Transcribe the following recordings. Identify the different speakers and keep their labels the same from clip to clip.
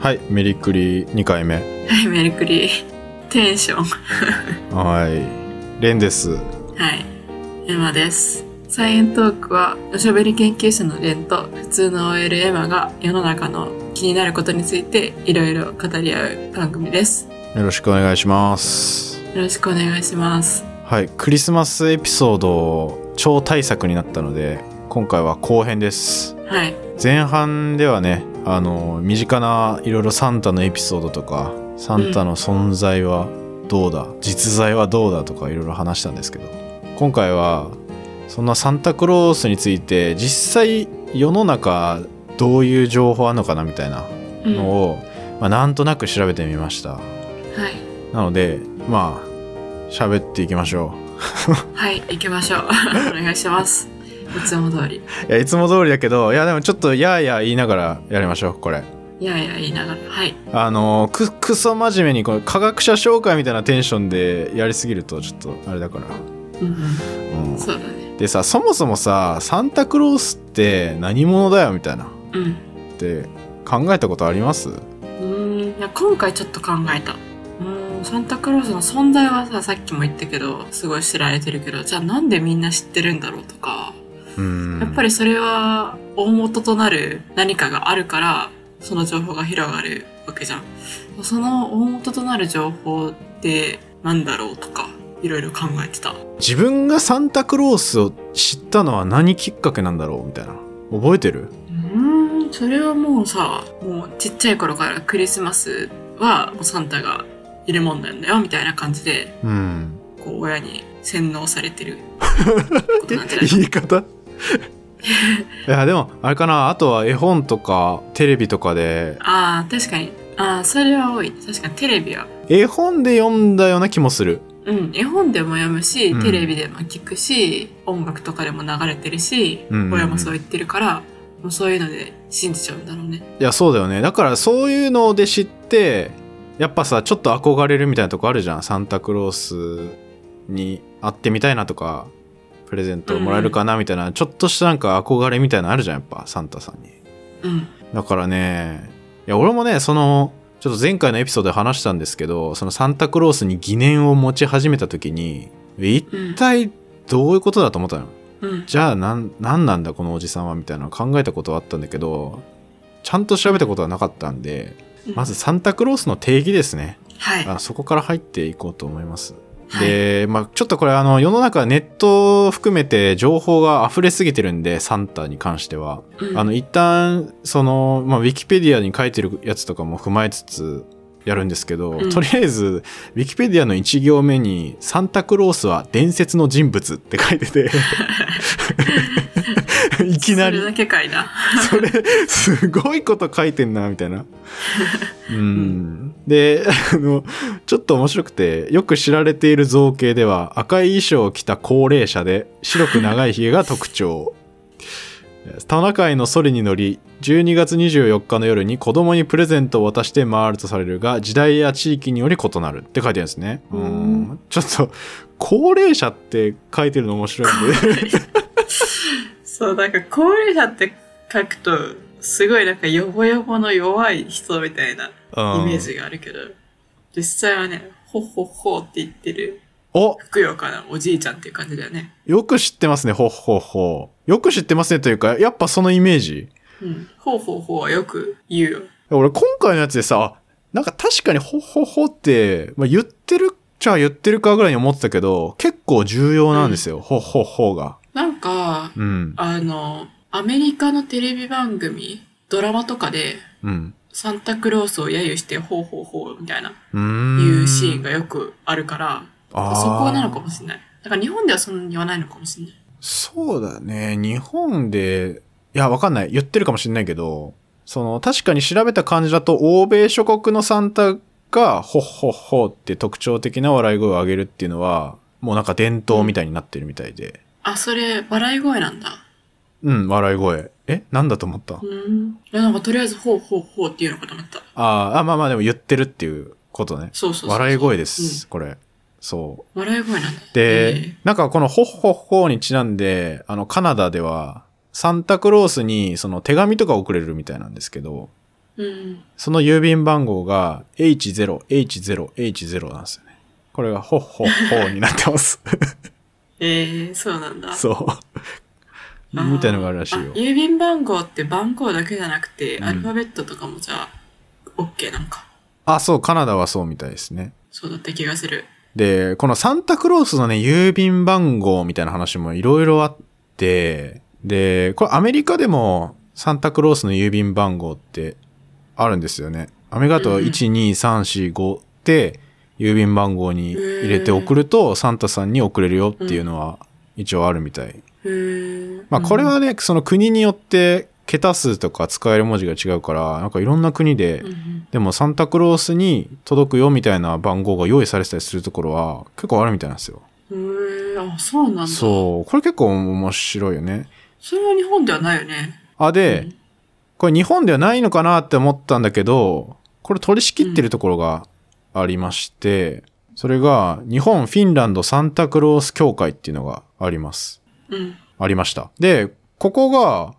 Speaker 1: はいメリクリ2回目
Speaker 2: はい、メリクリ。テンション。
Speaker 1: はいレンです
Speaker 2: はい。エマです。サイエントークは、おしゃべり研究者のレンと、普通の OL エマが世の中の気になることについていろいろ語り合う番組です。
Speaker 1: よろしくお願いします
Speaker 2: よろしくお願いします。
Speaker 1: はいクリスマスエピソード超大作になったので今回は後編です
Speaker 2: はい。
Speaker 1: 前半ではねあの身近ないろいろサンタのエピソードとかサンタの存在はどうだ、実在はどうだとかいろいろ話したんですけど今回はそんなサンタクロースについて実際世の中どういう情報あるのかなみたいな
Speaker 2: うん
Speaker 1: の
Speaker 2: は
Speaker 1: を、まあ、なんとなく調べてみました
Speaker 2: い。
Speaker 1: なのでまあ喋っていきましょ
Speaker 2: はい、行きましょう。 お願いします。いつも通り。
Speaker 1: ういやいつも通りだけどいやでもちょっとやーやー言いながらやりましょうこれ
Speaker 2: いやいや言いながら。はい。
Speaker 1: あのくくそ真面目にこの科学者紹介みたいなテンションでやりすぎるとちょっとあれだから、
Speaker 2: うん
Speaker 1: う
Speaker 2: うん。
Speaker 1: ん、
Speaker 2: そうだね。
Speaker 1: でさそもそもさサンタクロースって何者だよみたいなっ
Speaker 2: うん。
Speaker 1: て考えたことあります
Speaker 2: うーんいや今回ちょっと考えたうーんサンタクロースの存在はささっきも言ったけどすごい知られてるけどじゃあなんでみんな知ってるんだろうとか、
Speaker 1: うん
Speaker 2: やっぱりそれは大元となる何かがあるからその情報が広がるわけじゃんその大元となる情報ってなんだろうとかいろいろ考えてた
Speaker 1: 自分がサンタクロースを知ったのは何きっかけなんだろうみたいな覚えてる
Speaker 2: うーんそれはもうさもうちっちゃい頃からクリスマスはもうサンタがいるもんなんだよみたいな感じで
Speaker 1: うん
Speaker 2: こう親に洗脳され てること なんじゃないか
Speaker 1: 言い方いやでもあれかなあとは絵本とかテレビとかで
Speaker 2: ああ確かにああそれは多い確かにテレビは
Speaker 1: 絵本で読んだような気もする
Speaker 2: うん絵本でも読むし、
Speaker 1: うん
Speaker 2: テレビでも聞くし音楽とかでも流れてるし、
Speaker 1: うんうんうん
Speaker 2: 親もそう言ってるからもうそういうので信じちゃうんだろうね
Speaker 1: いやそうだよねだからそういうので知ってやっぱさちょっと憧れるみたいなとこあるじゃんサンタクロースに会ってみたいなとかプレゼントもらえるかなみたいな、ちょっとしたなんか憧れみたいなのあるじゃんやっぱサンタさんに
Speaker 2: うん
Speaker 1: だからねいや俺もねそのちょっと前回のエピソードで話したんですけどそのサンタクロースに疑念を持ち始めた時に一
Speaker 2: うん
Speaker 1: 体どういうことだと思ったの
Speaker 2: うん
Speaker 1: じゃあなんなんなんだこのおじさんはみたいなのを考えたことはあったんだけどちゃんと調べたことはなかったんでまずサンタクロースの定義ですね
Speaker 2: はい
Speaker 1: あそこから入っていこうと思います
Speaker 2: はい
Speaker 1: で、まあ、ちょっとこれあの世の中ネットを含めて情報が溢れすぎてるんでサンタに関しては
Speaker 2: うん
Speaker 1: あの一旦その、まあ、ウィキペディアに書いてるやつとかも踏まえつつやるんですけど、
Speaker 2: うん
Speaker 1: とりあえずウィキペディアの1行目に「サンタクロースは伝説の人物」って書いて ていきなり
Speaker 2: それだけかいな
Speaker 1: それすごいこと書いてんなみたいな。うん、であのちょっと面白くてよく知られている造形では赤い衣装を着た高齢者で白く長いひげが特徴トナカイのソリに乗り12月24日の夜に子供にプレゼントを渡して回るとされるが時代や地域により異なるって書いてあるんですねう
Speaker 2: うん
Speaker 1: ちょっと高齢者って書いてるの面白いんで
Speaker 2: そうなんか高齢者って書くとすごいなんかヨボヨボの弱い人みたいなイメージがあるけど、実際はね、ほっほっほって言ってる、
Speaker 1: うんお
Speaker 2: ふくよかなおじいちゃんっていう感じだよね。
Speaker 1: よく知ってますね、ほっほっほ。よく知ってますねというか、やっぱそのイメージ。
Speaker 2: うん。ほうほうほうはよく言うよ。
Speaker 1: 俺今回のやつでさ、なんか確かにほっほっほって、まあ、言ってるっちゃ言ってるかぐらいに思ってたけど、結構重要なんですよ、ほっほっほが。
Speaker 2: なんか、
Speaker 1: うん。
Speaker 2: あの、アメリカのテレビ番組、ドラマとかで、
Speaker 1: うん。
Speaker 2: サンタクロースを揶揄して、ほうほうほうみたいな、
Speaker 1: うーん。
Speaker 2: いうシーンがよくあるから、
Speaker 1: あー
Speaker 2: そこなのかもしれない。だから日本ではそんなに言わないのかもしれない。
Speaker 1: そうだね。日本で、いや、わかんない。言ってるかもしんないけど、その、確かに調べた感じだと、欧米諸国のサンタが、ほっほっほって特徴的な笑い声を上げるっていうのは、もうなんか伝統みたいになってるみたいで。
Speaker 2: あ、それ、笑い声なんだ。
Speaker 1: うん、笑い声。えなんだと思った、
Speaker 2: うん。いや、なんかとりあえず、ほうほうほうっていうのかと思った。
Speaker 1: あーあ、まあまあでも言ってるっていうことね。
Speaker 2: そうそうそう
Speaker 1: 笑い声です、これ。そう。
Speaker 2: 笑い声なんだ。
Speaker 1: で、
Speaker 2: え
Speaker 1: なんかこのホッホッホーにちなんで、あの、カナダでは、サンタクロースにその手紙とか送れるみたいなんですけど、
Speaker 2: えうん。
Speaker 1: その郵便番号が H0H0H0 なんですよね。これがほっほっほになってます。
Speaker 2: えー、そうなんだ。
Speaker 1: そう。
Speaker 2: あー
Speaker 1: みたいのがあるらしいよ
Speaker 2: あ。郵便番号って番号だけじゃなくて、
Speaker 1: うん
Speaker 2: アルファベットとかもじゃあ、OK なんか。
Speaker 1: あ、そう、カナダはそうみたいですね。
Speaker 2: そうだった気がする。
Speaker 1: で、このサンタクロースのね、郵便番号みたいな話もいろいろあって、で、これアメリカでもサンタクロースの郵便番号ってあるんですよね。アメリカだと
Speaker 2: うんうん
Speaker 1: 12345って郵便番号に入れて送るとサンタさんに送れるよっていうのは一応あるみたい。
Speaker 2: へー
Speaker 1: まあこれは、ね、その国によって桁数とか使える文字が違うから、なんかいろんな国で
Speaker 2: うんうん
Speaker 1: でもサンタクロースに届くよみたいな番号が用意されてたりするところは結構あるみたいなんですよ。
Speaker 2: うん、へーあ、そうなんだ。
Speaker 1: そう。これ結構面白いよね。
Speaker 2: それは日本ではないよね。
Speaker 1: あ、
Speaker 2: う
Speaker 1: で
Speaker 2: ん、
Speaker 1: これ日本ではないのかなって思ったんだけど、これ取り仕切ってるところがありまして、それが日本フィンランドサンタクロース協会っていうのがあります。
Speaker 2: うん。
Speaker 1: ありました。で、ここが、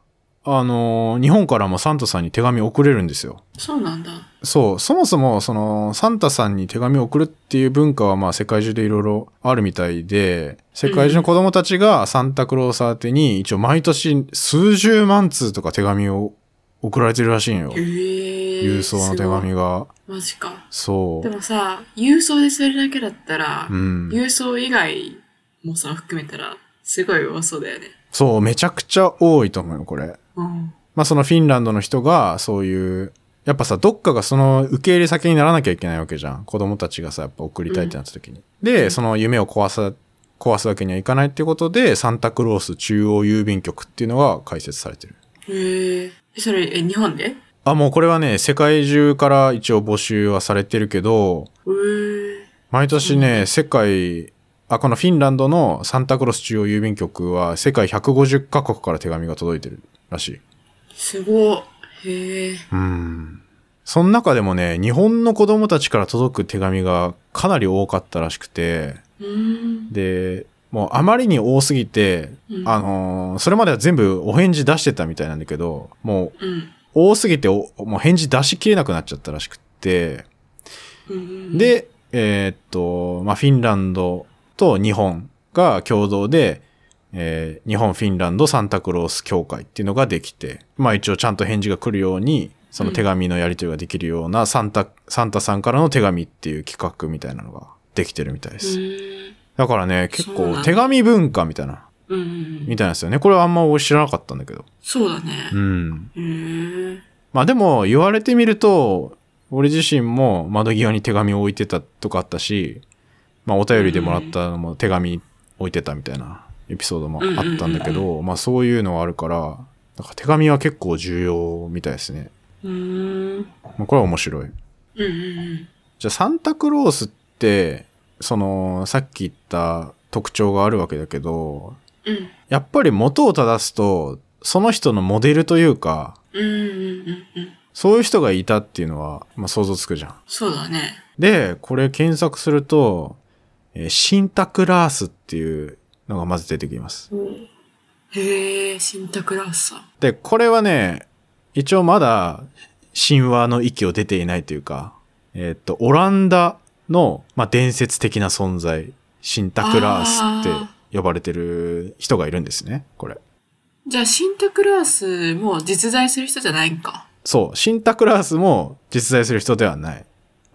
Speaker 1: あのー日本からもサンタさんに手紙送れるんですよ。
Speaker 2: そうなんだ。
Speaker 1: そう、そもそも、その、サンタさんに手紙を送るっていう文化は、まあ、世界中でいろいろあるみたいで、世界中の子供たちがサンタクロース宛てに、一応毎年数十万通とか手紙を送られてるらしいんよ
Speaker 2: へ。ー
Speaker 1: 郵送の手
Speaker 2: すご
Speaker 1: 紙
Speaker 2: い
Speaker 1: が。
Speaker 2: マジか。
Speaker 1: そ
Speaker 2: でもさ、郵送でそれだけだったら、
Speaker 1: う。うん。
Speaker 2: 郵送以外もさ、含めたら、すごい多そうだよね。
Speaker 1: そう、めちゃくちゃ多いと思うよ、これ。
Speaker 2: うん。
Speaker 1: まあ、そのフィンランドの人が、そういう、やっぱさ、どっかがその受け入れ先にならなきゃいけないわけじゃん。子供たちがさ、やっぱ送りたいってなった時に。
Speaker 2: う
Speaker 1: で、
Speaker 2: ん
Speaker 1: その夢を壊さ、壊すわけにはいかないっていうことで、サンタクロース中央郵便局っていうのが開設されてる。
Speaker 2: へえ。それ、え、日本でへ
Speaker 1: あ、もうこれはね、世界中から一応募集はされてるけど、
Speaker 2: え。
Speaker 1: 毎年ね、世界、あ、このフィンランドのサンタクロース中央郵便局は世界150カ国から手紙が届いてるらしい。
Speaker 2: すごっ。へえ。
Speaker 1: うん。その中でもね、日本の子供たちから届く手紙がかなり多かったらしくて、
Speaker 2: うーん。
Speaker 1: で、もうあまりに多すぎて、
Speaker 2: うん
Speaker 1: あのーそれまでは全部お返事出してたみたいなんだけど、もう
Speaker 2: うん。
Speaker 1: 多すぎておもう返事出しきれなくなっちゃったらしくて、
Speaker 2: うんうん、
Speaker 1: で、えーっと、まあ、フィンランドと日本が共同で、えー日本フィンランドサンタクロース協会っていうのができて、まあ一応ちゃんと返事が来るように、その手紙のやり取りができるようなサンタ、サンタさんからの手紙っていう企画みたいなのができてるみたいで
Speaker 2: う
Speaker 1: す。
Speaker 2: ーん。
Speaker 1: だからね、結
Speaker 2: そうなん
Speaker 1: 構
Speaker 2: だ
Speaker 1: 手紙文化みたいな、
Speaker 2: うんうんうん。
Speaker 1: みたいなんですよね。これはあんま俺知らなかったんだけど。
Speaker 2: そうだね
Speaker 1: う。ん。
Speaker 2: へえ。
Speaker 1: まあでも言われてみると、俺自身も窓際に手紙を置いてたとかあったし、まあお便りでもらったのも手紙置いてたみたいなエピソードもあったんだけ
Speaker 2: うん
Speaker 1: ど、まあそういうのはあるから、なんか手紙は結構重要みたいですね。
Speaker 2: うーん。うん
Speaker 1: まあ、これは面白い。
Speaker 2: うんうん。
Speaker 1: じゃあサンタクロースって、そのさっき言った特徴があるわけだけど、
Speaker 2: うん。
Speaker 1: やっぱり元を正すと、その人のモデルというか、
Speaker 2: うんうんうんうん。
Speaker 1: そういう人がいたっていうのは、まあ想像つくじゃん。
Speaker 2: そうだね。
Speaker 1: で、これ検索すると、えーシンタクラースっていうのがまず出てきます。
Speaker 2: へえ、シンタクラースさん。
Speaker 1: で、これはね、一応まだ神話の域を出ていないというか、えーっと、オランダの、まあ、伝説的な存在、シンタクラースっ
Speaker 2: あ
Speaker 1: て呼ばれてる人がいるんですね、これ。
Speaker 2: じゃあ、シンタクラースも実在する人じゃないんか。
Speaker 1: そう、シンタクラースも実在する人ではない。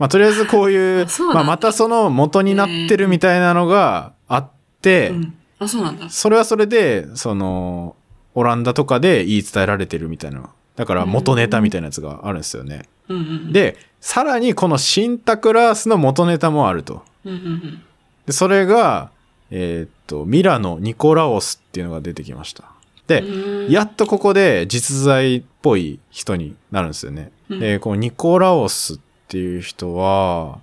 Speaker 1: まあ、とりあえずこういう、
Speaker 2: あそうなん
Speaker 1: まあ、
Speaker 2: だ
Speaker 1: またその元になってるみたいなのがあって、
Speaker 2: うん。あ、そうなんだ。
Speaker 1: それはそれで、その、オランダとかで言い伝えられてるみたいな。だから元ネタみたいなやつがあるんですよね。
Speaker 2: うんうん。、
Speaker 1: で、さらにこのシンタクラースの元ネタもあると。
Speaker 2: うんうんうん。
Speaker 1: で、それが、えーっと、ミラノ・ニコラオスっていうのが出てきました。で、
Speaker 2: うん
Speaker 1: やっとここで実在っぽい人になるんですよね。
Speaker 2: うん
Speaker 1: で、このニコラオスっていう人は、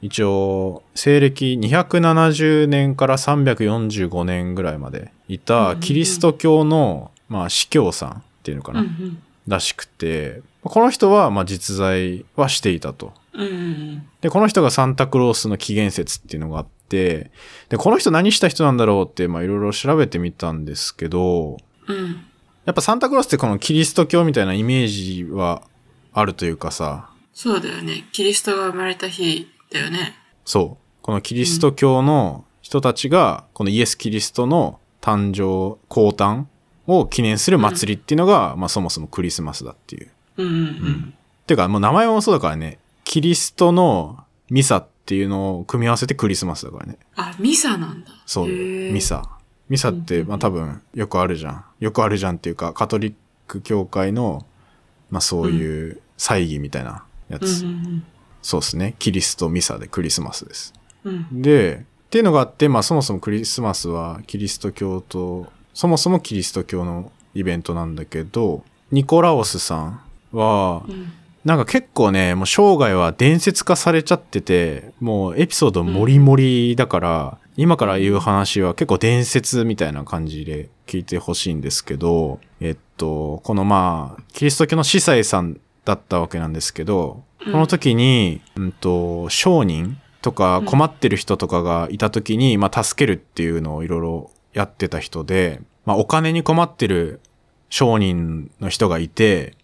Speaker 1: 一応、西暦270年から345年ぐらいまでいたキリスト教の、まあ、司教さんっていうのか
Speaker 2: うん
Speaker 1: な、
Speaker 2: うん。
Speaker 1: らしくて、この人は、まあ、実在はしていたと。
Speaker 2: うんうん
Speaker 1: で、この人がサンタクロースの起源説っていうのがあって、で、この人何した人なんだろうって、まあ、いろいろ調べてみたんですけど、
Speaker 2: うん。うん。
Speaker 1: やっぱサンタクロースってこのキリスト教みたいなイメージはあるというかさ
Speaker 2: そうだよね。キリストが生まれた日だよね。
Speaker 1: そうこのキリスト教の人たちがこのイエス・キリストの誕生降誕を記念する祭りっていうのが、まあ、そもそもクリスマスだっていう。
Speaker 2: うんうんうん。
Speaker 1: ていうかもう名前もそうだからねキリストのミサっていうのを組み合わせてクリスマスだからね
Speaker 2: あ、ミサなんだ。
Speaker 1: そう、
Speaker 2: へー
Speaker 1: ミ。サ。ミサって、
Speaker 2: うん
Speaker 1: まあ多分よくあるじゃん。よくあるじゃんっていうか、カトリック教会の、まあそういう祭儀みたいなや
Speaker 2: うんう
Speaker 1: つ。
Speaker 2: ん
Speaker 1: そうですね。キリストミサでクリスマスです。
Speaker 2: うん。うん
Speaker 1: で、っていうのがあって、まあそもそもクリスマスはキリスト教と、そもそもキリスト教のイベントなんだけど、ニコラオスさんは
Speaker 2: う、ん。
Speaker 1: なんか結構ね、もう生涯は伝説化されちゃってて、もうエピソードもりもりだから、今から言う話は結構伝説みたいな感じで聞いてほしいんですけど、えっと、このまあ、キリスト教の司祭さんだったわけなんですけど、
Speaker 2: う
Speaker 1: こ
Speaker 2: ん
Speaker 1: の時に、うんと、商人とか
Speaker 2: うん
Speaker 1: 困ってる人とかがいた時に、まあ助けるっていうのをいろいろやってた人で、まあお金に困ってる商人の人がいて、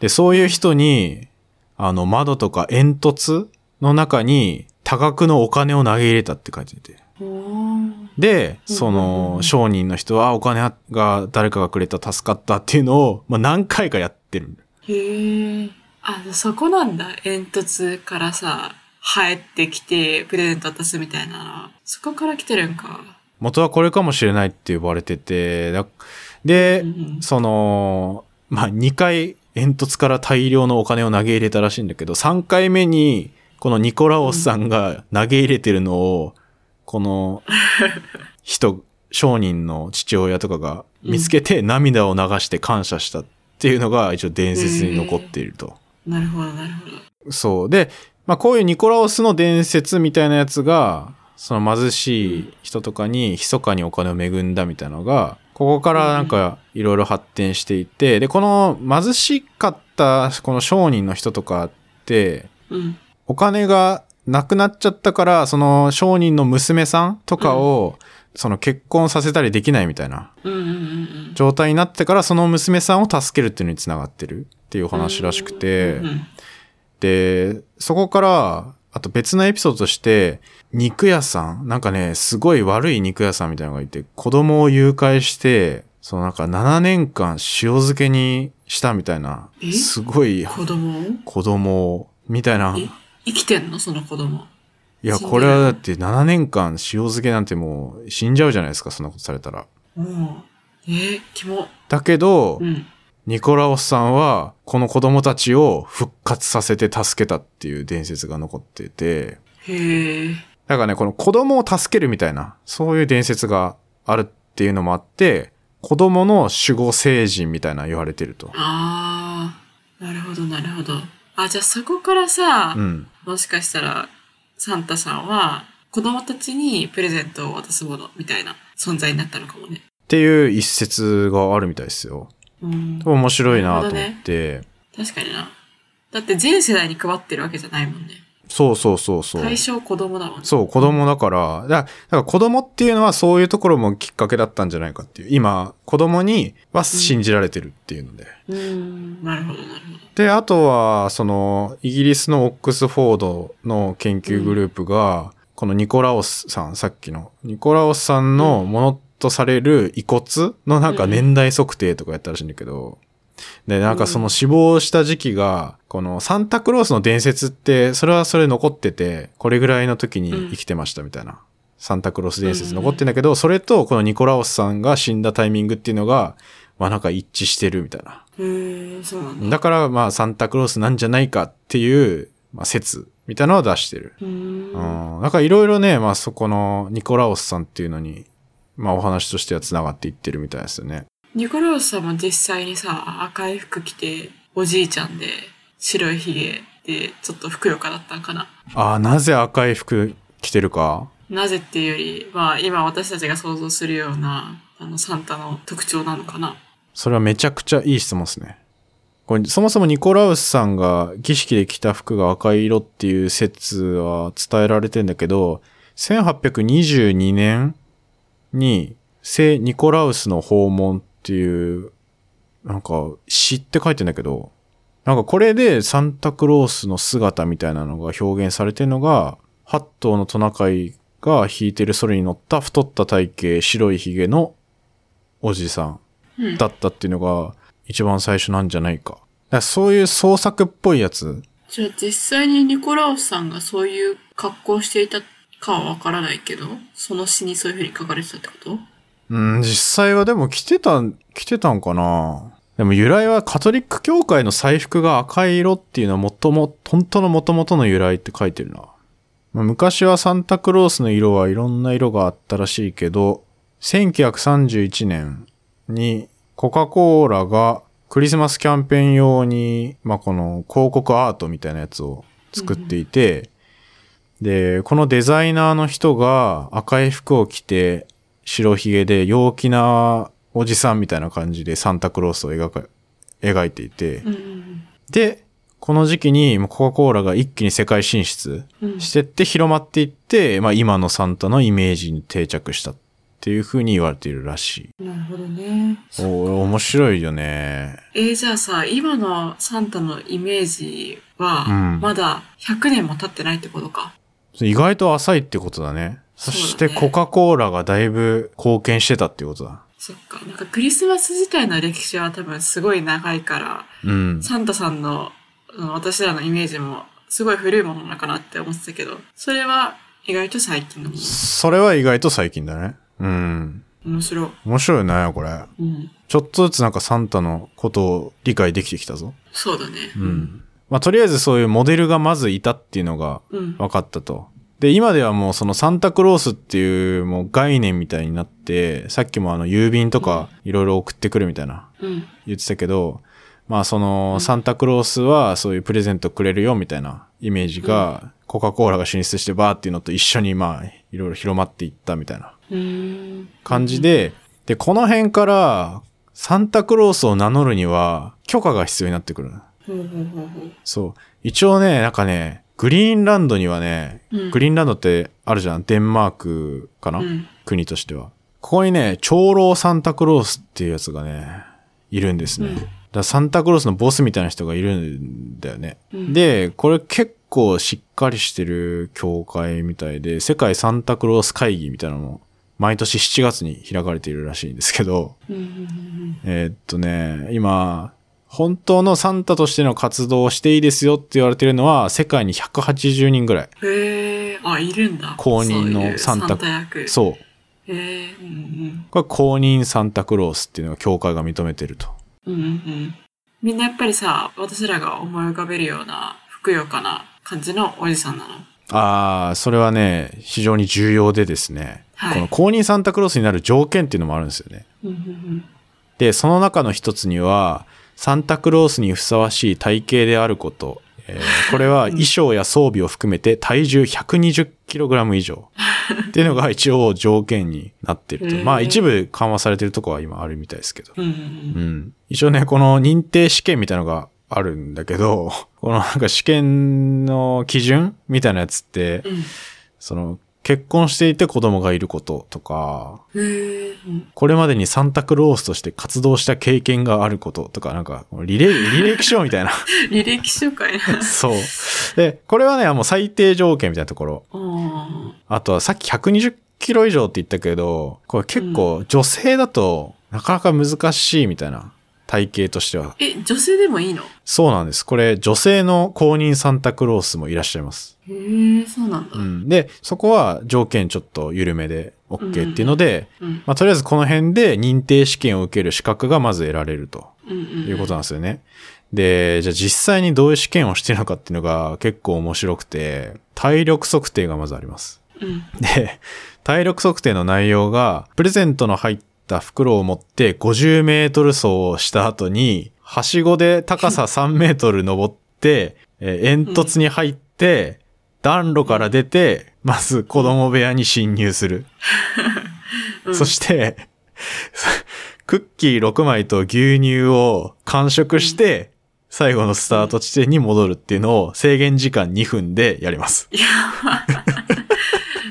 Speaker 1: で、そういう人に、あの、窓とか煙突の中に多額のお金を投げ入れたって書いてて。
Speaker 2: おー
Speaker 1: で、
Speaker 2: うん
Speaker 1: そ
Speaker 2: うんうんう
Speaker 1: の、
Speaker 2: ん
Speaker 1: 商人の人は、あお金が誰かがくれた、助かったっていうのを、まあ、何回かやってる。
Speaker 2: へえ。あ、そこなんだ。煙突からさ、生えてきてプレゼント渡すみたいなのは。そこから来てるんか。
Speaker 1: 元はこれかもしれないって呼ばれてて、だで、
Speaker 2: うんうん
Speaker 1: その、まあ、2回煙突から大量のお金を投げ入れたらしいんだけど、3回目に、このニコラオスさんが投げ入れてるのを、こ の人、商人の父親とかが見つけて涙を流して感謝したっていうのが一応伝説に残っていると。
Speaker 2: なるほど、なるほど。
Speaker 1: そう。で、まあ、こういうニコラオスの伝説みたいなやつが、その貧しい人とかに密かにお金を恵んだみたいなのが、ここからなんかいろいろ発展していって、で、この貧しかったこの商人の人とかって、
Speaker 2: うん。
Speaker 1: お金がなくなっちゃったから、その商人の娘さんとかを、その結婚させたりできないみたいな
Speaker 2: うんうんうん
Speaker 1: 状態になってから、その娘さんを助けるっていうのにつながってるっていうお
Speaker 2: うん。
Speaker 1: 話らしくて、
Speaker 2: うんうん
Speaker 1: で、そこから、あと別のエピソードとして、肉屋さん、なんかね、すごい悪い肉屋さんみたいなのがいて、子供を誘拐して、そのなんか7年間塩漬けにしたみたいな
Speaker 2: え、
Speaker 1: すごい
Speaker 2: 子供を
Speaker 1: 子供を、みたいな。
Speaker 2: え
Speaker 1: い
Speaker 2: 生きてんのその子供。
Speaker 1: や、
Speaker 2: 死んでる
Speaker 1: これはだって7年間塩漬けなんてもう死んじゃうじゃないですか、そんなことされたら。
Speaker 2: もう。えー、キモ。
Speaker 1: だけど、
Speaker 2: うん。
Speaker 1: ニコラオスさんは、この子供たちを復活させて助けたっていう伝説が残ってて、
Speaker 2: へえ。
Speaker 1: なんかね、この子供を助けるみたいな、そういう伝説があるっていうのもあって、子供の守護聖人みたいな言われてると。
Speaker 2: あー、なるほど、なるほど。あ、じゃあそこからさ、
Speaker 1: うん。
Speaker 2: もしかしたら、サンタさんは、子供たちにプレゼントを渡すものみたいな存在になったのかもね。
Speaker 1: っていう一説があるみたいですよ。
Speaker 2: うん。
Speaker 1: 面白いなと思って。
Speaker 2: 確かにな。だって全世代に配ってるわけじゃないもんね。
Speaker 1: そうそうそうそう。
Speaker 2: 対象子供だもんね。
Speaker 1: そう、子供だから、だだから子供っていうのはそういうところもきっかけだったんじゃないかっていう。今、子供には信じられてるっていうので。
Speaker 2: うーん、なるほど、なるほど。
Speaker 1: で、あとは、その、イギリスのオックスフォードの研究グループが、このニコラオスさん、さっきの、ニコラオスさんのものとされる遺骨のなんか
Speaker 2: うん
Speaker 1: 年代測定とかやったらしいんだけど、で、なんかその死亡した時期が、このサンタクロースの伝説って、それはそれ残ってて、これぐらいの時に生きてましたみたいな。サンタクロース伝説残ってんだけど、それとこのニコラオスさんが死んだタイミングっていうのが、まあなんか一致してるみたいな。
Speaker 2: へー、そうなんだ。
Speaker 1: だからまあサンタクロースなんじゃないかっていう、まあ、説みたいなのを出してる。
Speaker 2: う
Speaker 1: う
Speaker 2: ーん。
Speaker 1: ん。だからいろいろね、まあそこのニコラオスさんっていうのに、まあお話としては繋がっていってるみたいですよね。
Speaker 2: ニコラウスさんも実際にさ、赤い服着て、おじいちゃんで、白いひげで、ちょっとふくよかだったんかな。
Speaker 1: ああ、なぜ赤い服着てるか
Speaker 2: なぜっていうより、まあ今私たちが想像するような、あの、サンタの特徴なのかな。
Speaker 1: それはめちゃくちゃいい質問ですね。これそもそもニコラウスさんが儀式で着た服が赤い色っていう説は伝えられてんだけど、1822年に聖ニコラウスの訪問っていう、なんか詩って書いてんだけど、なんかこれでサンタクロースの姿みたいなのが表現されてるのが、8頭のトナカイが引いてるソリに乗った太った体型、白いひげのおじさん
Speaker 2: うん
Speaker 1: だったっていうのが一番最初なんじゃないか。だからそういう創作っぽいやつ。
Speaker 2: じゃあ実際にニコラウスさんがそういう格好をしていたかはわからないけど、その詩にそういう風に書かれてたってこと
Speaker 1: うん、実際はでも着てたん、着てたんかなでも由来はカトリック教会の祭服が赤い色っていうのは元も、本当の元々の由来って書いてるな。まあ昔はサンタクロースの色はいろんな色があったらしいけど、1931年にコカ・コーラがクリスマスキャンペーン用に、まあ、この広告アートみたいなやつを作っていて、で、このデザイナーの人が赤い服を着て、白ひげで陽気なおじさんみたいな感じでサンタクロースを描か、描いていて、
Speaker 2: うん。
Speaker 1: で、この時期にもうコカ・コーラが一気に世界進出
Speaker 2: うん。
Speaker 1: してって広まっていって、まあ今のサンタのイメージに定着したっていう風に言われているらしい。
Speaker 2: なるほどね。
Speaker 1: お面白いよね。
Speaker 2: えーじゃあさ、今のサンタのイメージは、
Speaker 1: うん
Speaker 2: まだ100年も経ってないってことか。
Speaker 1: 意外と浅いってことだね。そして
Speaker 2: そうだね
Speaker 1: コカ・コーラがだいぶ貢献してたってことだ。
Speaker 2: そっか。なんかクリスマス自体の歴史は多分すごい長いから、
Speaker 1: うん。
Speaker 2: サンタさんのうん私らのイメージもすごい古いものなのかなって思ってたけど、それは意外と最近のも
Speaker 1: それは意外と最近だね。うん。
Speaker 2: の。面白い。
Speaker 1: 面白いね、これ。
Speaker 2: うん。
Speaker 1: ちょっとずつなんかサンタのことを理解できてきたぞ。
Speaker 2: そうだね。
Speaker 1: うん。まあ、とりあえずそういうモデルがまずいたっていうのが
Speaker 2: うん。
Speaker 1: 分かったと。で、今ではもうそのサンタクロースっていうもう概念みたいになって、さっきもあの郵便とかいろいろ送ってくるみたいな
Speaker 2: うん。
Speaker 1: 言ってたけど、まあその
Speaker 2: ん
Speaker 1: サンタクロースはそういうプレゼントくれるよみたいなイメージが、コカ・コーラが進出してバーっていうのと一緒にまあいろいろ広まっていったみたいな
Speaker 2: うーん。
Speaker 1: 感じで、で、この辺からサンタクロースを名乗るには許可が必要になってくる。
Speaker 2: ほうほうほうほう。
Speaker 1: そう。一応ね、なんかね、グリーンランドにはね、
Speaker 2: うん
Speaker 1: グリーンランドってあるじゃん。デンマークかな、
Speaker 2: うん。
Speaker 1: 国としては。ここにね、長老サンタクロースっていうやつがね、いるんですね。
Speaker 2: うん
Speaker 1: だからサンタクロースのボスみたいな人がいるんだよね。
Speaker 2: うん
Speaker 1: で、これ結構しっかりしてる教会みたいで、世界サンタクロース会議みたいなのも、毎年7月に開かれているらしいんですけど、
Speaker 2: うん。うん
Speaker 1: えーっとね、今、本当のサンタとしての活動をしていいですよって言われてるのは、世界に180人ぐらい。
Speaker 2: うん。へえ。あ、いるんだ。
Speaker 1: 公認の
Speaker 2: そういう
Speaker 1: サンタ
Speaker 2: サンタ役。
Speaker 1: そう。
Speaker 2: へえ。うん
Speaker 1: これ公認サンタクロースっていうのが教会が認めてると。
Speaker 2: うん。うんうんうん。みんなやっぱりさ、私らが思い浮かべるような、ふくよかな感じのおじさんなの。
Speaker 1: ああ、それはね、非常に重要でですね、
Speaker 2: はい
Speaker 1: この公認サンタクロースになる条件っていうのもあるんですよね。
Speaker 2: うんうん
Speaker 1: で、その中の一つには、サンタクロースにふさわしい体型であること。えーこれは衣装や装備を含めて体重 120kg 以上っていうのが一応条件になってると。
Speaker 2: へー
Speaker 1: まあ一部緩和されてるとこは今あるみたいですけど。
Speaker 2: うん。うん
Speaker 1: う
Speaker 2: うん
Speaker 1: ん。一応ね、この認定試験みたいなのがあるんだけど、 このなんか試験の基準みたいなやつって、
Speaker 2: うん。
Speaker 1: その、結婚していて子供がいることとか、
Speaker 2: うん。へえ。うん
Speaker 1: これまでにサンタクロースとして活動した経験があることとか、なんか、履歴、履歴書み たいな。
Speaker 2: 履歴書かいな。
Speaker 1: そう。で、これはね、もう最低条件みたいなところ。
Speaker 2: うん。
Speaker 1: あとはさっき120キロ以上って言ったけど、これ結構女性だとなかなか難しいみたいな。体型としては。
Speaker 2: え、女性でもいいの
Speaker 1: そうなんです。これ、女性の公認サンタクロースもいらっしゃいます。
Speaker 2: へえ、そうなんだ。
Speaker 1: う
Speaker 2: うん。
Speaker 1: ん。で、そこは条件ちょっと緩めで OK っていうので、
Speaker 2: うん
Speaker 1: まあ、とりあえずこの辺で認定試験を受ける資格がまず得られると
Speaker 2: うん。
Speaker 1: いうことなんですよね。で、じゃあ実際にどういう試験をしてるのかっていうのが結構面白くて、体力測定がまずあります。
Speaker 2: うん。
Speaker 1: で、体力測定の内容が、プレゼントの入った袋を持って50メートル走をした後に、はしごで高さ3メートル登って、えー煙突に入って、暖炉から出て、まず子供部屋に侵入する。
Speaker 2: うん
Speaker 1: そして、クッキー6枚と牛乳を完食して、最後のスタート地点に戻るっていうのを制限時間2分でやります。
Speaker 2: いや、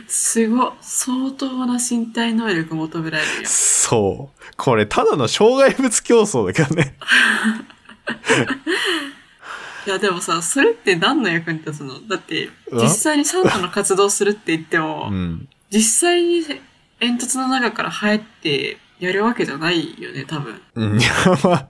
Speaker 2: すごい。相当な身体能力求められるよ。
Speaker 1: そう。これ、ただの障害物競争だけどね。
Speaker 2: いや、でもさ、それって何の役に立つのだって、実際にサンタの活動するって言っても、
Speaker 1: うん。
Speaker 2: 実際に煙突の中から生えてやるわけじゃないよね、多分。
Speaker 1: うんいや、まあ、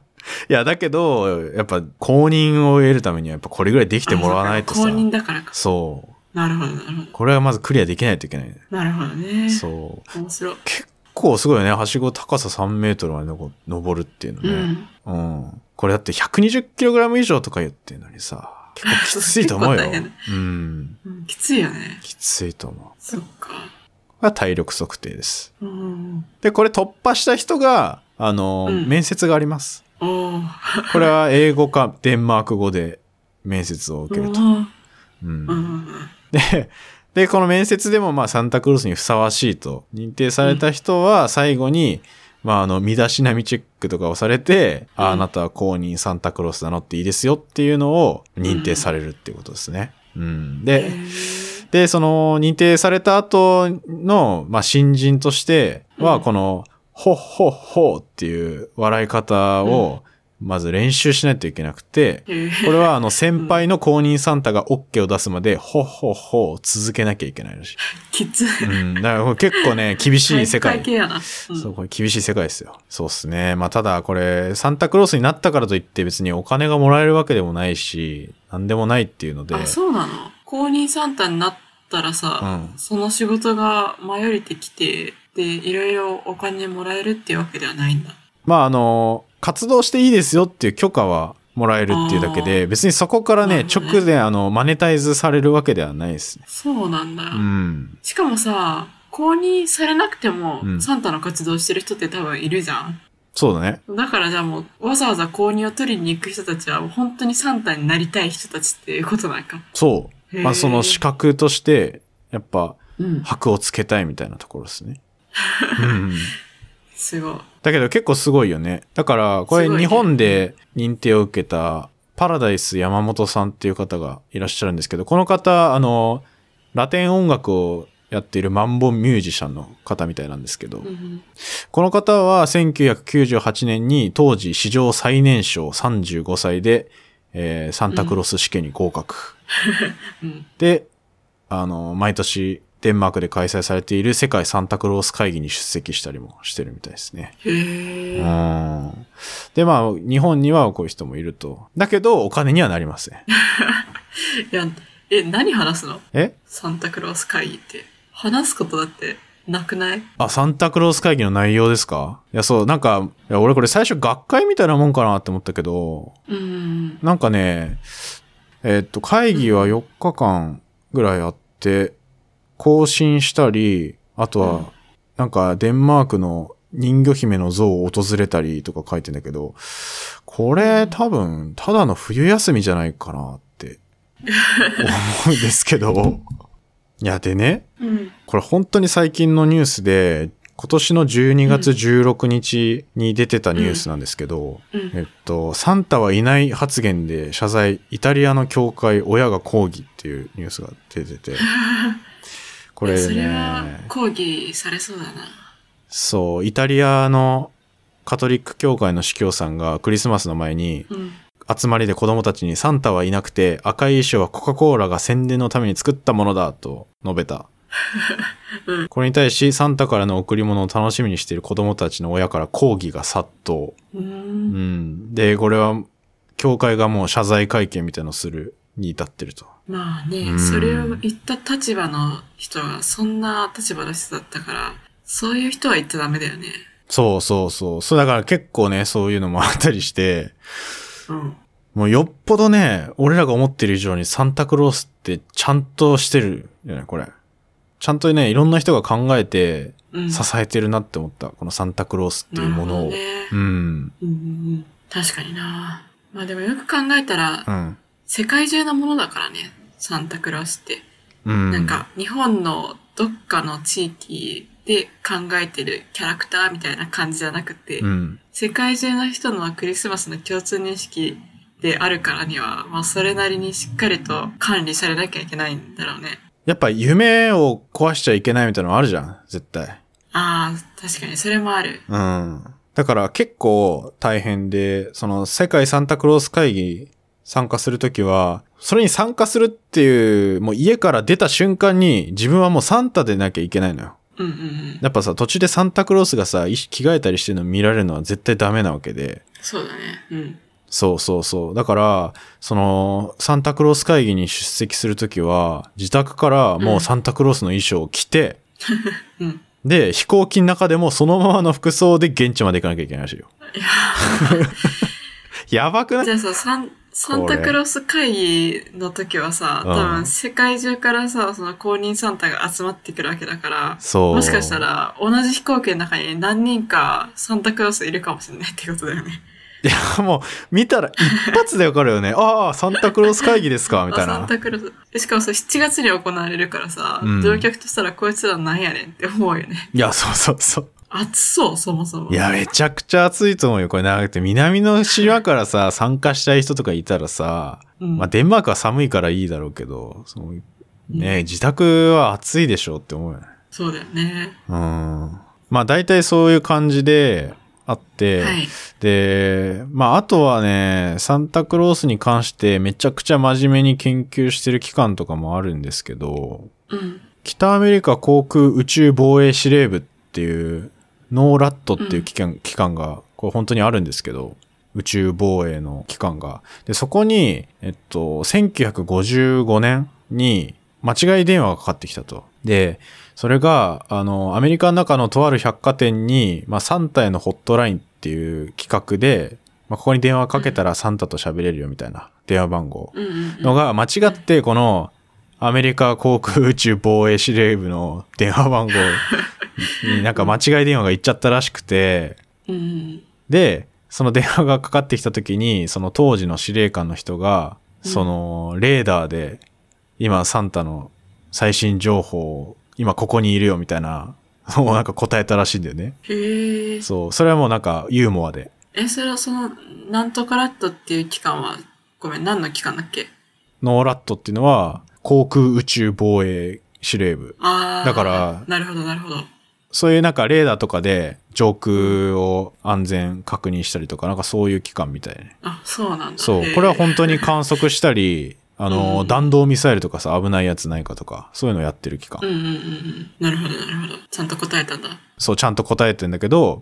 Speaker 1: いや、だけど、やっぱ公認を得るためには、やっぱこれぐらいできてもらわないと
Speaker 2: あ
Speaker 1: さ
Speaker 2: そうか。公認だからか。
Speaker 1: そ
Speaker 2: なるほど、なるほ
Speaker 1: う。これはまずクリアできないといけないね。
Speaker 2: ど。なるほどね。
Speaker 1: そう。
Speaker 2: 面白い。
Speaker 1: 結構すごいよね。はしご高さ3メートルまでのこ登るっていうの
Speaker 2: う
Speaker 1: ね。
Speaker 2: ん。
Speaker 1: うん。これだって 120kg 以上とか言ってんのにさ、結構きついと 思うよ
Speaker 2: 結構大変。
Speaker 1: うん。
Speaker 2: うんきついよね。
Speaker 1: きついと思
Speaker 2: そっか。
Speaker 1: う。が体力測定です。
Speaker 2: うん。
Speaker 1: で、これ突破した人が、あの、
Speaker 2: うん
Speaker 1: 面接があります。
Speaker 2: おー
Speaker 1: これは英語かデンマーク語で面接を受けると。
Speaker 2: うん
Speaker 1: うん
Speaker 2: うんうん。
Speaker 1: で、で、この面接でもまあサンタクロースにふさわしいと認定された人は最後に、まああの、身だしなみチェックとかをされて、あ
Speaker 2: うん
Speaker 1: あなたは公認サンタクロースなのっていいですよっていうのを認定されるっていうことですね。うん。
Speaker 2: へ
Speaker 1: で、
Speaker 2: ー
Speaker 1: で、その認定された後の、まあ新人として
Speaker 2: う
Speaker 1: は、
Speaker 2: ん
Speaker 1: この、ほっほっほっていう笑い方を、まず練習しないといけなくて、
Speaker 2: へー
Speaker 1: これはあの先輩の公認サンタが OK を出すまで、ほっほっほを続けなきゃいけないらし
Speaker 2: きつい。
Speaker 1: い。うん。だからこれ結構 ね、厳しい世界
Speaker 2: 体育。会系やな。うん
Speaker 1: そう、これ厳しい世界ですよ。そうっすね。まあただこれ、サンタクロースになったからといって別にお金がもらえるわけでもないし、なんでもないっていうので。
Speaker 2: あ、そうなの公認サンタになったらさ、
Speaker 1: ん。
Speaker 2: その仕事が前よりてきて、で、いろいろお金もらえるっていうわけではないんだ。
Speaker 1: まああの、活動していいですよっていう許可はもらえるっていうだけで、別にそこから
Speaker 2: な
Speaker 1: ね、
Speaker 2: るほどね
Speaker 1: 直であの、マネタイズされるわけではないですね。
Speaker 2: そうなんだ。
Speaker 1: うん。
Speaker 2: しかもさ、公認されなくても、
Speaker 1: うん
Speaker 2: サンタの活動してる人って多分いるじゃん。
Speaker 1: そうだね。
Speaker 2: だからじゃあもう、わざわざ公認を取りに行く人たちは、本当にサンタになりたい人たちっていうことなんか。
Speaker 1: そう。
Speaker 2: へー
Speaker 1: まあその資格として、やっぱ、
Speaker 2: うん。
Speaker 1: 箔をつけたいみたいなところですね。うん
Speaker 2: すごい。
Speaker 1: だけど結構すごいよね。だからこれ
Speaker 2: すごいね
Speaker 1: 日本で認定を受けたパラダイス山本さんっていう方がいらっしゃるんですけど、この方、あの、ラテン音楽をやっているマンボミュージシャンの方みたいなんですけど、
Speaker 2: うん
Speaker 1: この方は1998年に当時史上最年少35歳で、えーサンタクロス試験に合格。
Speaker 2: うん。
Speaker 1: で、あの、毎年デンマークで開催されている世界サンタクロース会議に出席したりもしてるみたいですね。
Speaker 2: へ
Speaker 1: う
Speaker 2: ー
Speaker 1: ん。で、まあ、日本にはこういう人もいると。だけど、お金にはなりま せん。
Speaker 2: いや、え、何話すの
Speaker 1: え
Speaker 2: サンタクロース会議って。話すことだってなくない
Speaker 1: あ、サンタクロース会議の内容ですかいや、そう、なんか、いや俺これ最初学会みたいなもんかなって思ったけど、
Speaker 2: うん。
Speaker 1: なんかね、えっと、会議は4日間ぐらいあって、更新したり、あと
Speaker 2: うん
Speaker 1: は、なんか、デンマークの人魚姫の像を訪れたりとか書いてんだけど、これ多分、ただの冬休みじゃないかなって思うんですけ ど、いや、でね、
Speaker 2: うん。
Speaker 1: これ本当に最近のニュースで、今年の12月16日に出てたニュースなんですけど、
Speaker 2: うん。
Speaker 1: えっと、サンタはいない発言で謝罪、イタリアの教会、親が抗議っていうニュースが出て て、これ
Speaker 2: それは
Speaker 1: ね、
Speaker 2: 抗議されそうだな。
Speaker 1: そう、イタリアのカトリック教会の司教さんがクリスマスの前に、
Speaker 2: うん。
Speaker 1: 集まりで子供たちにサンタはいなくて、赤い衣装はコカ・コーラが宣伝のために作ったものだと述べ た。これに対し、サンタからの贈り物を楽しみにしている子供たちの親から抗議が殺到。
Speaker 2: う。
Speaker 1: うんん。で、これは、教会がもう謝罪会見みたいのをするに至ってると。
Speaker 2: まあ
Speaker 1: う
Speaker 2: ね、
Speaker 1: ん
Speaker 2: それを言った立場の人がそんな立場の人だったから、そういう人は言っちゃダメだよね。
Speaker 1: そうそうそう。そう、だから結構ね、そういうのもあったりして、
Speaker 2: うん。
Speaker 1: もうよっぽどね、俺らが思ってる以上にサンタクロースってちゃんとしてるよね、これ。ちゃんとね、いろんな人が考えて
Speaker 2: うん。
Speaker 1: 支えてるなって思った、このサンタクロースっていうものを。
Speaker 2: なるほどね
Speaker 1: うん。
Speaker 2: うんうんうん。確かにな。まあでもよく考えたら
Speaker 1: う、ん。
Speaker 2: 世界中のものだからね、サンタクロースって。
Speaker 1: うん。
Speaker 2: なんか日本のどっかの地域で考えてるキャラクターみたいな感じじゃなくて、
Speaker 1: うん。
Speaker 2: 世界中の人のクリスマスの共通認識であるからには、まあそれなりにしっかりと管理されなきゃいけないんだろうね。
Speaker 1: やっぱ夢を壊しちゃいけないみたいなのあるじゃん、絶対。
Speaker 2: ああ、確かにそれもある。
Speaker 1: うん。だから結構大変で、その世界サンタクロース会議参加するときは、それに参加するっていう、もう家から出た瞬間に自分はもうサンタでなきゃいけないのよ。
Speaker 2: うんうんうん。
Speaker 1: やっぱさ、途中でサンタクロースがさ、い着替えたりしてるの見られるのは絶対ダメなわけで。
Speaker 2: そうだね。うん。
Speaker 1: そうそうそう。だから、その、サンタクロース会議に出席するときは、自宅からもうサンタクロースの衣装を着て、
Speaker 2: うん。
Speaker 1: で、飛行機の中でもそのままの服装で現地まで行かなきゃいけないらしいよ。やばくない
Speaker 2: じゃあさ、サンサンタクロース会議の時はさ、
Speaker 1: うん
Speaker 2: 多分世界中からさ、その公認サンタが集まってくるわけだから、
Speaker 1: そう。
Speaker 2: もしかしたら同じ飛行機の中に何人かサンタクロースいるかもしれないってことだよね。
Speaker 1: いや、もう、見たら一発でわかるよね。ああ、サンタクロース会議ですか、みたい
Speaker 2: あサン
Speaker 1: な。
Speaker 2: タクロース。しかもさ、7月に行われるからさ、
Speaker 1: うん
Speaker 2: 乗客としたらこいつらなんやねんって思うよね。
Speaker 1: いや、そうそうそう。
Speaker 2: 暑そう、そもそも。
Speaker 1: いや、めちゃくちゃ暑いと思うよ。これ長くて、南の島からさ、参加したい人とかいたらさ、
Speaker 2: うん、
Speaker 1: まあ、デンマークは寒いからいいだろうけど、そのね、自宅は暑いでしょうって思うよね。
Speaker 2: そうだよね。
Speaker 1: うん。まあ、大体そういう感じであって、
Speaker 2: はい。
Speaker 1: で、まあ、あとはね、サンタクロースに関してめちゃくちゃ真面目に研究してる機関とかもあるんですけど、
Speaker 2: うん。
Speaker 1: 北アメリカ航空宇宙防衛司令部っていう、ノーラットっていう機関,、機関が、これ本当にあるんですけど、宇宙防衛の機関が。で、そこに、えっと、1955年に間違い電話がかかってきたと。で、それが、あの、アメリカの中のとある百貨店に、まあ、サンタへのホットラインっていう企画で、まあ、ここに電話かけたらサンタと喋れるよみたいな電話番号。
Speaker 2: うん、うん。
Speaker 1: のが間違ってこのアメリカ航空宇宙防衛司令部の電話番号になんか間違い電話が行っちゃったらしくて、
Speaker 2: うんうん。
Speaker 1: で、その電話がかかってきた時に、その当時の司令官の人が、
Speaker 2: うん
Speaker 1: そのレーダーで今サンタの最新情報を今ここにいるよみたいな、もうなんか答えたらしいんだよね。
Speaker 2: へえ。
Speaker 1: そう、それはもうなんかユーモアで。
Speaker 2: え、それはその、なんとかラットっていう期間は、ごめん、何の期間だっけ
Speaker 1: ノーラットっていうのは航空宇宙防衛司令部。
Speaker 2: ああ。
Speaker 1: だから
Speaker 2: なるほど、なるほど。
Speaker 1: そういうなんかレーダーとかで上空を安全確認したりとか、なんかそういう機関みたいね。
Speaker 2: あ、そうなんだ。
Speaker 1: そ
Speaker 2: へ
Speaker 1: う。
Speaker 2: ー
Speaker 1: これは本当に観測した り、あの、
Speaker 2: うん
Speaker 1: 弾道ミサイルとかさ、危ないやつないかとか、そういうのやってる機関。
Speaker 2: うんうんうんうん。なるほど、なるほど。ちゃんと答えたんだ。
Speaker 1: そう、ちゃんと答えてんだけど、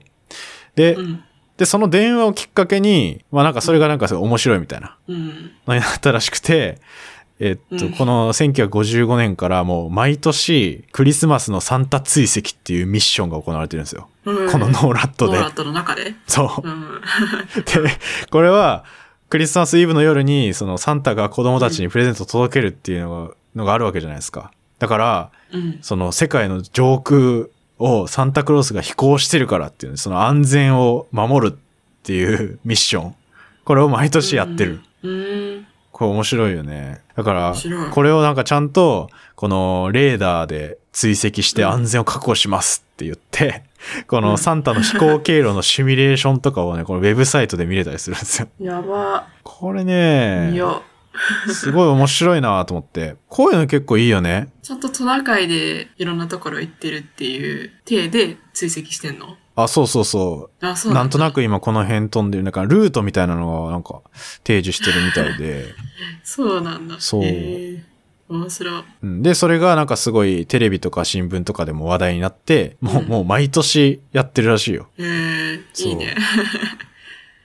Speaker 1: で、
Speaker 2: うん。
Speaker 1: で、その電話をきっかけに、まあなんかそれがなんかすごい面白いみたいな
Speaker 2: うん。
Speaker 1: のになったらしくて、えっと、
Speaker 2: うん
Speaker 1: この1955年からもう毎年クリスマスのサンタ追跡っていうミッションが行われてるんですよ。
Speaker 2: こ
Speaker 1: このノーラット
Speaker 2: ノ
Speaker 1: で
Speaker 2: ー。ラットの中で。
Speaker 1: そう
Speaker 2: う。ん。
Speaker 1: で、これは、クリスマスイブの夜に、そのサンタが子供たちにプレゼントを届けるっていうのが、のがあるわけじゃないですか。だから、
Speaker 2: うん。
Speaker 1: その世界の上空をサンタクロースが飛行してるからっていうね、その安全を守るっていうミッション。これを毎年やってる。
Speaker 2: うん。うん。
Speaker 1: これ面白いよね。だから
Speaker 2: 面白い、
Speaker 1: これをなんかちゃんと、このレーダーで追跡して安全を確保しますって言って、こ
Speaker 2: う
Speaker 1: の
Speaker 2: ん
Speaker 1: サンタの飛行経路のシミュレーションとかをね、このウェブサイトで見れたりするんですよ。
Speaker 2: やば。
Speaker 1: これ
Speaker 2: 見
Speaker 1: ね、
Speaker 2: よ
Speaker 1: すごい面白いなと思って。こういうの結構いいよね。
Speaker 2: う。ちゃんとトナカイでいろんなところ行ってるっていう体で追跡してんの
Speaker 1: あ、そうそうそ。
Speaker 2: あ、そうう
Speaker 1: なん
Speaker 2: だ
Speaker 1: となく今この辺飛んでる、なんかルートみたいなのがなんか提示してるみたい で。
Speaker 2: そうなんだ。
Speaker 1: そう
Speaker 2: へー面白い。
Speaker 1: うんで、それがなんかすごいテレビとか新聞とかでも話題になって、もう、
Speaker 2: うん
Speaker 1: もう毎年やってるらしいよ。
Speaker 2: えー、
Speaker 1: そう
Speaker 2: いいね。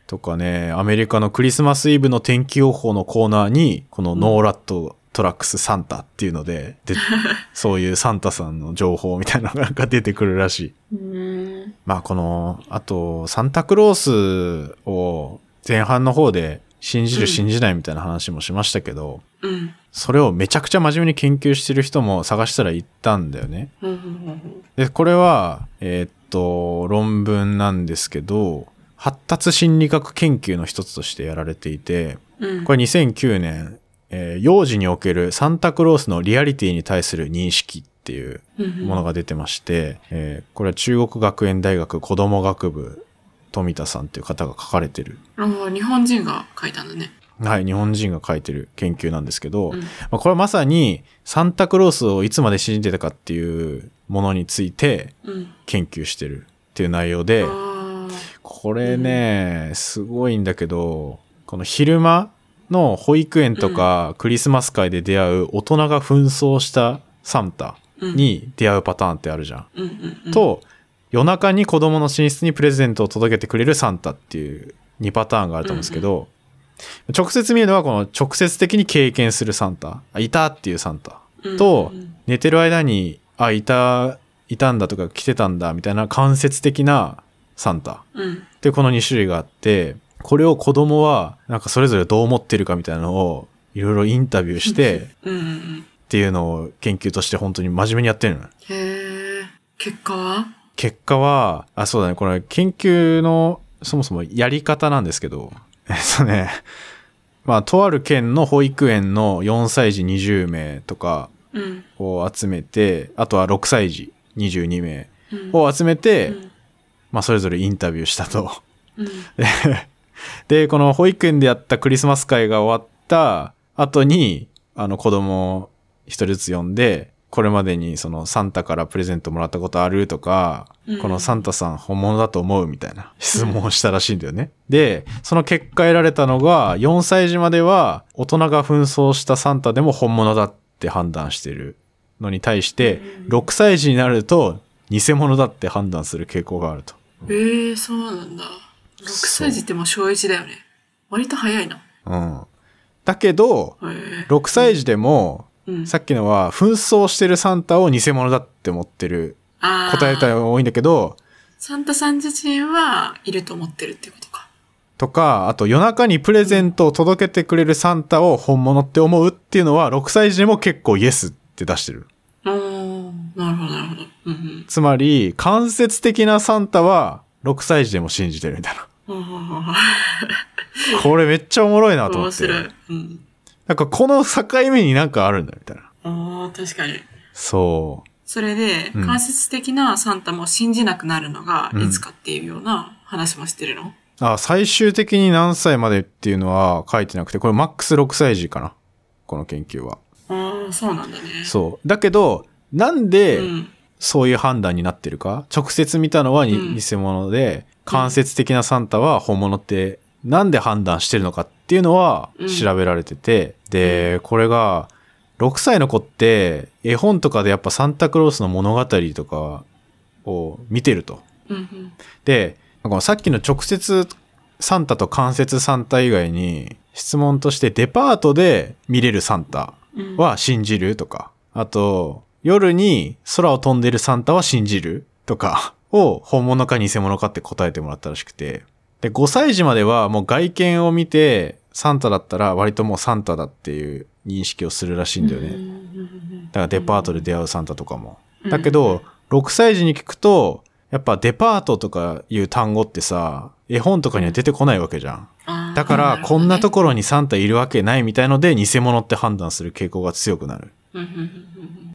Speaker 1: とかね、アメリカのクリスマスイブの天気予報のコーナーに、このノーラットトラックスサンタっていうので、 でそういうサンタさんの情報みたいなのが出てくるらしい。
Speaker 2: うん。
Speaker 1: まあこの、あと、サンタクロースを前半の方で信じ
Speaker 2: う
Speaker 1: る
Speaker 2: ん
Speaker 1: 信じないみたいな話もしましたけど、
Speaker 2: うん。
Speaker 1: それをめちゃくちゃ真面目に研究してる人も探したら行ったんだよね。
Speaker 2: うんうんうん
Speaker 1: で、これは、えーっと、論文なんですけど、発達心理学研究の一つとしてやられていて、
Speaker 2: うん。うん
Speaker 1: これ2009年、えー幼児におけるサンタクロースのリアリティに対する認識っていうものが出てまして、えーこれは中国学園大学子ども学部富田さんっていう方が書かれてる、
Speaker 2: ああ、日本人が書いたんだね。
Speaker 1: はい、日本人が書いてる研究なんですけど、
Speaker 2: うん
Speaker 1: まあ、これはまさにサンタクロースをいつまで信じてたかっていうものについて
Speaker 2: うん。
Speaker 1: 研究してるっていう内容で、
Speaker 2: ああ。
Speaker 1: これね、すごいんだけど、この昼間の保育園とかクリスマス会で出会う大人が紛争したサンタ
Speaker 2: うん、
Speaker 1: に出会うパターンってあるじゃん。
Speaker 2: うんうんうん、
Speaker 1: と、夜中に子供の寝室にプレゼントを届けてくれるサンタっていう2パターンがあると思うんですけど、直接見るのはこの直接的に経験するサンタ、あいたっていうサンタ。と
Speaker 2: うんうん
Speaker 1: 寝てる間に、あ、いた、いたんだとか来てたんだみたいな間接的なサンタ。
Speaker 2: うん、
Speaker 1: で、この2種類があって、これを子供はなんかそれぞれどう思ってるかみたいなのをいろいろインタビューしてっ
Speaker 2: うんうんうん、
Speaker 1: ていうのを研究として本当に真面目にやってるのね。
Speaker 2: へえ結果は
Speaker 1: 結果は、あ、そうだね、これ研究のそもそもやり方なんですけど、えっとね、まあ、とある県の保育園の4歳児20名とか
Speaker 2: うん
Speaker 1: を集めて、あとは6歳児22名
Speaker 2: うん
Speaker 1: を集めて、
Speaker 2: うん
Speaker 1: まあ、それぞれインタビューしたと。
Speaker 2: うん
Speaker 1: で、この保育園でやったクリスマス会が終わった後に、あの子供を一人ずつ呼んで、これまでにそのサンタからプレゼントもらったことあるとか、
Speaker 2: うん
Speaker 1: このサンタさん本物だと思うみたいな質問をしたらしいんだよね。で、その結果得られたのが、4歳児までは大人が紛争したサンタでも本物だって判断してるのに対して、
Speaker 2: うん
Speaker 1: 6歳児になると偽物だって判断する傾向があると。
Speaker 2: ええそうなんだ6
Speaker 1: そう
Speaker 2: 歳児ってもう小1だよね割と早いな
Speaker 1: うん。だけど、
Speaker 2: へえ
Speaker 1: 6歳児でも、
Speaker 2: うん
Speaker 1: さっきのは紛争してるサンタを偽物だって思ってる
Speaker 2: あー
Speaker 1: 答えた人が多いんだけど
Speaker 2: サンタさん自身はいると思ってるってことか
Speaker 1: とかあと夜中にプレゼントを届けてくれるサンタを本物って思うっていうのは6歳児でも結構イエスって出してる
Speaker 2: おーなるほどなるほどうん
Speaker 1: つまり間接的なサンタは6歳児でも信じてるみたい な
Speaker 2: うんおー
Speaker 1: これめっちゃおもろいなと思
Speaker 2: 面
Speaker 1: って
Speaker 2: 白いうん
Speaker 1: なんかこの境目になんかあるんだみたいな
Speaker 2: ああ、確かに。
Speaker 1: そう
Speaker 2: それで、
Speaker 1: うん
Speaker 2: 間接的なサンタも信じなくなるのが、
Speaker 1: うん
Speaker 2: いつかっていうような話もしてるの。
Speaker 1: あ最終的に何歳までっていうのは書いてなくてこれマックス6歳児かなこの研究は
Speaker 2: ああ、そうなんだね。
Speaker 1: そう。だけど、なんで
Speaker 2: うん。
Speaker 1: そういう判断になってるか、直接見たのはに、
Speaker 2: うん
Speaker 1: 偽物で、間接的なサンタは本物って、なんで判断してるのかっていうのは
Speaker 2: うん
Speaker 1: 調べられてて、で、これが、6歳の子って、絵本とかでやっぱサンタクロースの物語とかを見てると。
Speaker 2: うんうん。
Speaker 1: で、このさっきの直接サンタと間接サンタ以外に、質問としてデパートで見れるサンタ
Speaker 2: うん、
Speaker 1: は信じるとか、あと、夜に空を飛んでるサンタは信じるとか を本物か偽物かって答えてもらったらしくて。で、5歳児まではもう外見を見て、サンタだったら割ともうサンタだっていう認識をするらしいんだよ
Speaker 2: うんう
Speaker 1: ね。
Speaker 2: んうん
Speaker 1: だからデパートで出会うサンタとかも。
Speaker 2: うん
Speaker 1: だけど、6歳児に聞くと、やっぱデパートとかいう単語ってさ、絵本とかには出てこないわけじゃん。
Speaker 2: あー
Speaker 1: だから、こんなところにサンタいるわけないみたいので、偽物って判断する傾向が強くなる。
Speaker 2: うんうんうん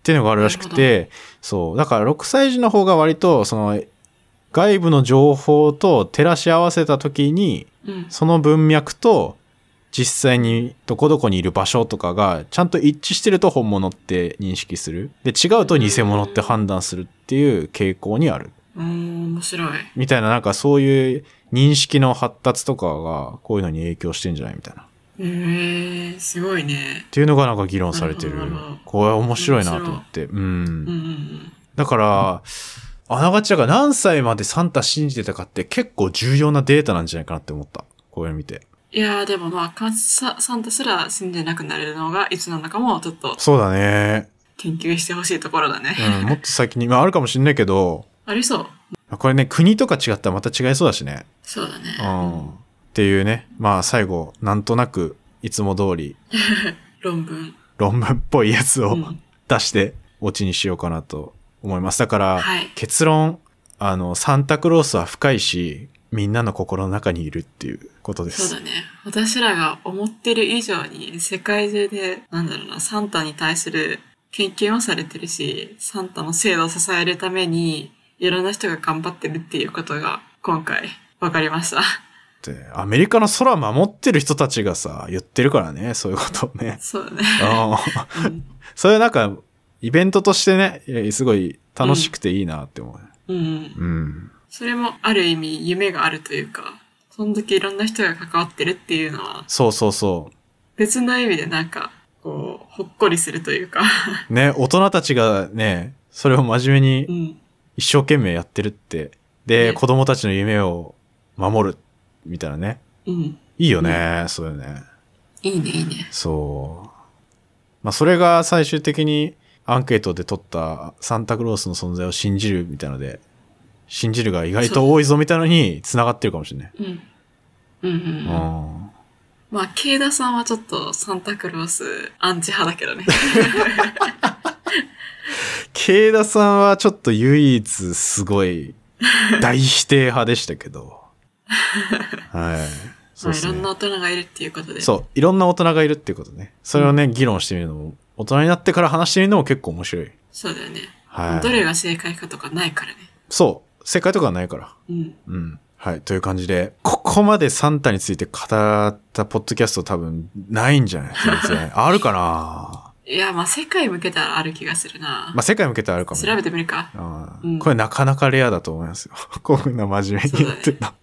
Speaker 1: っていうのがあるらしく
Speaker 2: な
Speaker 1: て、そう。だから6歳児の方が割と、その、外部の情報と照らし合わせた時に、
Speaker 2: うんうんうん
Speaker 1: その文脈と、実際にどこどこにいる場所とかが、ちゃんと一致してると本物って認識する。で、違うと偽物って判断するっていう傾向にある。
Speaker 2: うん面白い。
Speaker 1: みたいな、なんかそういう認識の発達とかが、こういうのに影響してんじゃないみたいな。っ
Speaker 2: えー、すごいね。
Speaker 1: ていうのがなんか議論されてる
Speaker 2: なるほど。
Speaker 1: これ面白いなと思って。うん
Speaker 2: うん。うん
Speaker 1: だから、あながちだから何歳までサンタ信じてたかって結構重要なデータなんじゃないかなって思った。これ見て。
Speaker 2: いやーでもまあ、かさサンタすら信じなくなれるのがいつなのかもちょっと
Speaker 1: そうだね。
Speaker 2: 研究してほしいところだね。
Speaker 1: うん、もっと先に、まああるかもしんないけど、
Speaker 2: ありそう。
Speaker 1: これね、国とか違ったらまた違いそうだしね。
Speaker 2: そうだね。
Speaker 1: うん。っていうね。まあ最後、なんとなく、いつも通り
Speaker 2: 論文。
Speaker 1: 論文っぽいやつを、
Speaker 2: うん
Speaker 1: 出して、オチにしようかなと思います。だから、
Speaker 2: はい
Speaker 1: 結論、あの、サンタクロースは深いし、みんなの心の中にいるっていうことで
Speaker 2: そう
Speaker 1: す
Speaker 2: だ。ね。私らが思ってる以上に世界中で、なんだろうな、サンタに対する研究もされてるし、サンタの制度を支えるために、いろんな人が頑張ってるっていうことが、今回、わかりました。。
Speaker 1: ってアメリカの空守ってる人たちがさ、言ってるからね、そういうことをね
Speaker 2: そうだね。
Speaker 1: うん
Speaker 2: うん
Speaker 1: それはなんか、イベントとしてね、いやすごい楽しくていいなって思う。
Speaker 2: うん。
Speaker 1: うん。
Speaker 2: それもある意味夢があるというか、そんだけいろんな人が関わってるっていうのは、
Speaker 1: そうそうそう。
Speaker 2: 別な意味でなんか、こう、ほっこりするというか。
Speaker 1: ね、大人たちがね、それを真面目
Speaker 2: う
Speaker 1: に
Speaker 2: ん。
Speaker 1: 一生懸命やってるって。で、
Speaker 2: ね
Speaker 1: 子供たちの夢を守る、みたいなね。
Speaker 2: うん。
Speaker 1: いいよね、そうよね。
Speaker 2: いいね、いいね。
Speaker 1: そう。まあ、それが最終的にアンケートで取ったサンタクロースの存在を信じるみたいので、信じるが意外と多いぞみたいのに繋がってるかもしれない。
Speaker 2: うん。うんうん、うん。
Speaker 1: うん
Speaker 2: まあ、ケイダさんはちょっとサンタクロースアンチ派だけどね。
Speaker 1: ケイダさんはちょっと唯一すごい大否定派でしたけ ど。はい。 そう
Speaker 2: まあ、
Speaker 1: で
Speaker 2: い
Speaker 1: す
Speaker 2: ろん
Speaker 1: ね
Speaker 2: な。大人がいるっていうことで。
Speaker 1: そう。いろんな大人がいるっていうことね。それをね、議論してみるのも、大人になってから話してみるのも結構面白い。
Speaker 2: そうだよね。
Speaker 1: はい。
Speaker 2: どれが正解かとかないからね。
Speaker 1: そう。世界とかはないから。
Speaker 2: うん。
Speaker 1: うん。はい。という感じで、ここまでサンタについて語ったポッドキャスト多分ないんじゃない全 然あるかない
Speaker 2: や、まあ、世界向けたらある気がするな。
Speaker 1: まあ、世界向けてはあるかも。
Speaker 2: 調べてみるか。
Speaker 1: あ
Speaker 2: うん
Speaker 1: これなかなかレアだと思いますよ。 こんな真面目にやってた。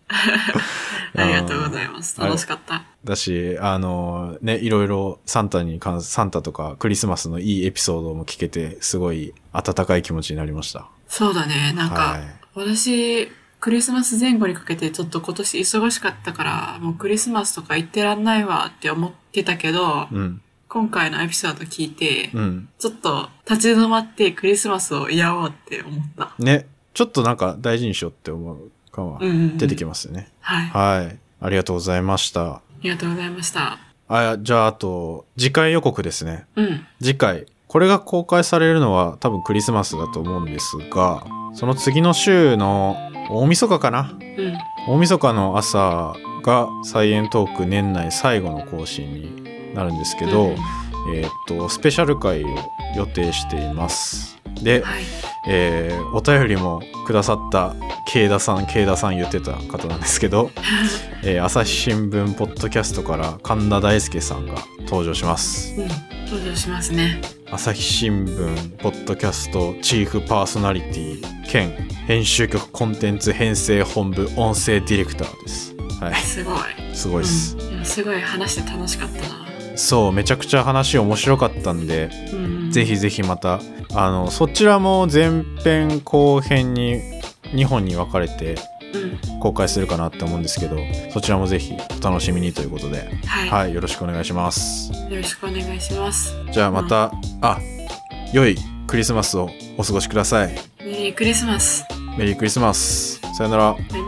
Speaker 2: ありがとうございます。
Speaker 1: あー
Speaker 2: 楽しかった。
Speaker 1: だし、あの、ね、いろいろサンタに関サンタとかクリスマスのいいエピソードも聞けて、すごい温かい気持ちになりました。
Speaker 2: そうだね。なんか、
Speaker 1: はい
Speaker 2: 私、クリスマス前後にかけてちょっと今年忙しかったから、もうクリスマスとか行ってらんないわって思ってたけど、
Speaker 1: うん。
Speaker 2: 今回のエピソード聞いて、
Speaker 1: うん。
Speaker 2: ちょっと立ち止まってクリスマスを祝おうって思った。
Speaker 1: ね、ちょっとなんか大事にしようって思う感は
Speaker 2: うんうん、うん。
Speaker 1: 出てき
Speaker 2: ま
Speaker 1: ますよね。
Speaker 2: す。はい。あ
Speaker 1: はい。ありがとうございました。
Speaker 2: りがとうございました。
Speaker 1: あ、じゃあ、あと、次回予告ですね。
Speaker 2: うん。
Speaker 1: 次回。これが公開されるのは多分クリスマスだと思うんですが、その次の週の大晦日かな
Speaker 2: うん。
Speaker 1: 大晦日の朝がサイエントーク年内最後の更新になるんですけど、
Speaker 2: うん
Speaker 1: えーっと、スペシャル回を予定しています。で、
Speaker 2: はい。
Speaker 1: えーお便りもくださった慶田さん慶田さん言ってた方なんですけど、えー朝日新聞ポッドキャストから神田大輔さんが登場します
Speaker 2: うん。登場しますね。
Speaker 1: 朝日新聞ポッドキャストチーフパーソナリティ兼編集局コンテンツ編成本部音声ディレクターですはい
Speaker 2: すごい。
Speaker 1: すごいです、
Speaker 2: うんいやすごい話して楽しかったな。
Speaker 1: そうめちゃくちゃ話面白かったんで
Speaker 2: うんうん。
Speaker 1: ぜひぜひまたあのそちらも前編後編に2本に分かれて
Speaker 2: うん。
Speaker 1: 公開するかなって思うんですけどそちらもぜひお楽しみにということで、
Speaker 2: はい。
Speaker 1: はい、よろしくお願いします
Speaker 2: よろしくお願いします。
Speaker 1: じゃあまた、あ良いクリスマスをお過ごしください
Speaker 2: メリークリスマス。
Speaker 1: メリークリスマスさよなら
Speaker 2: バイバイ。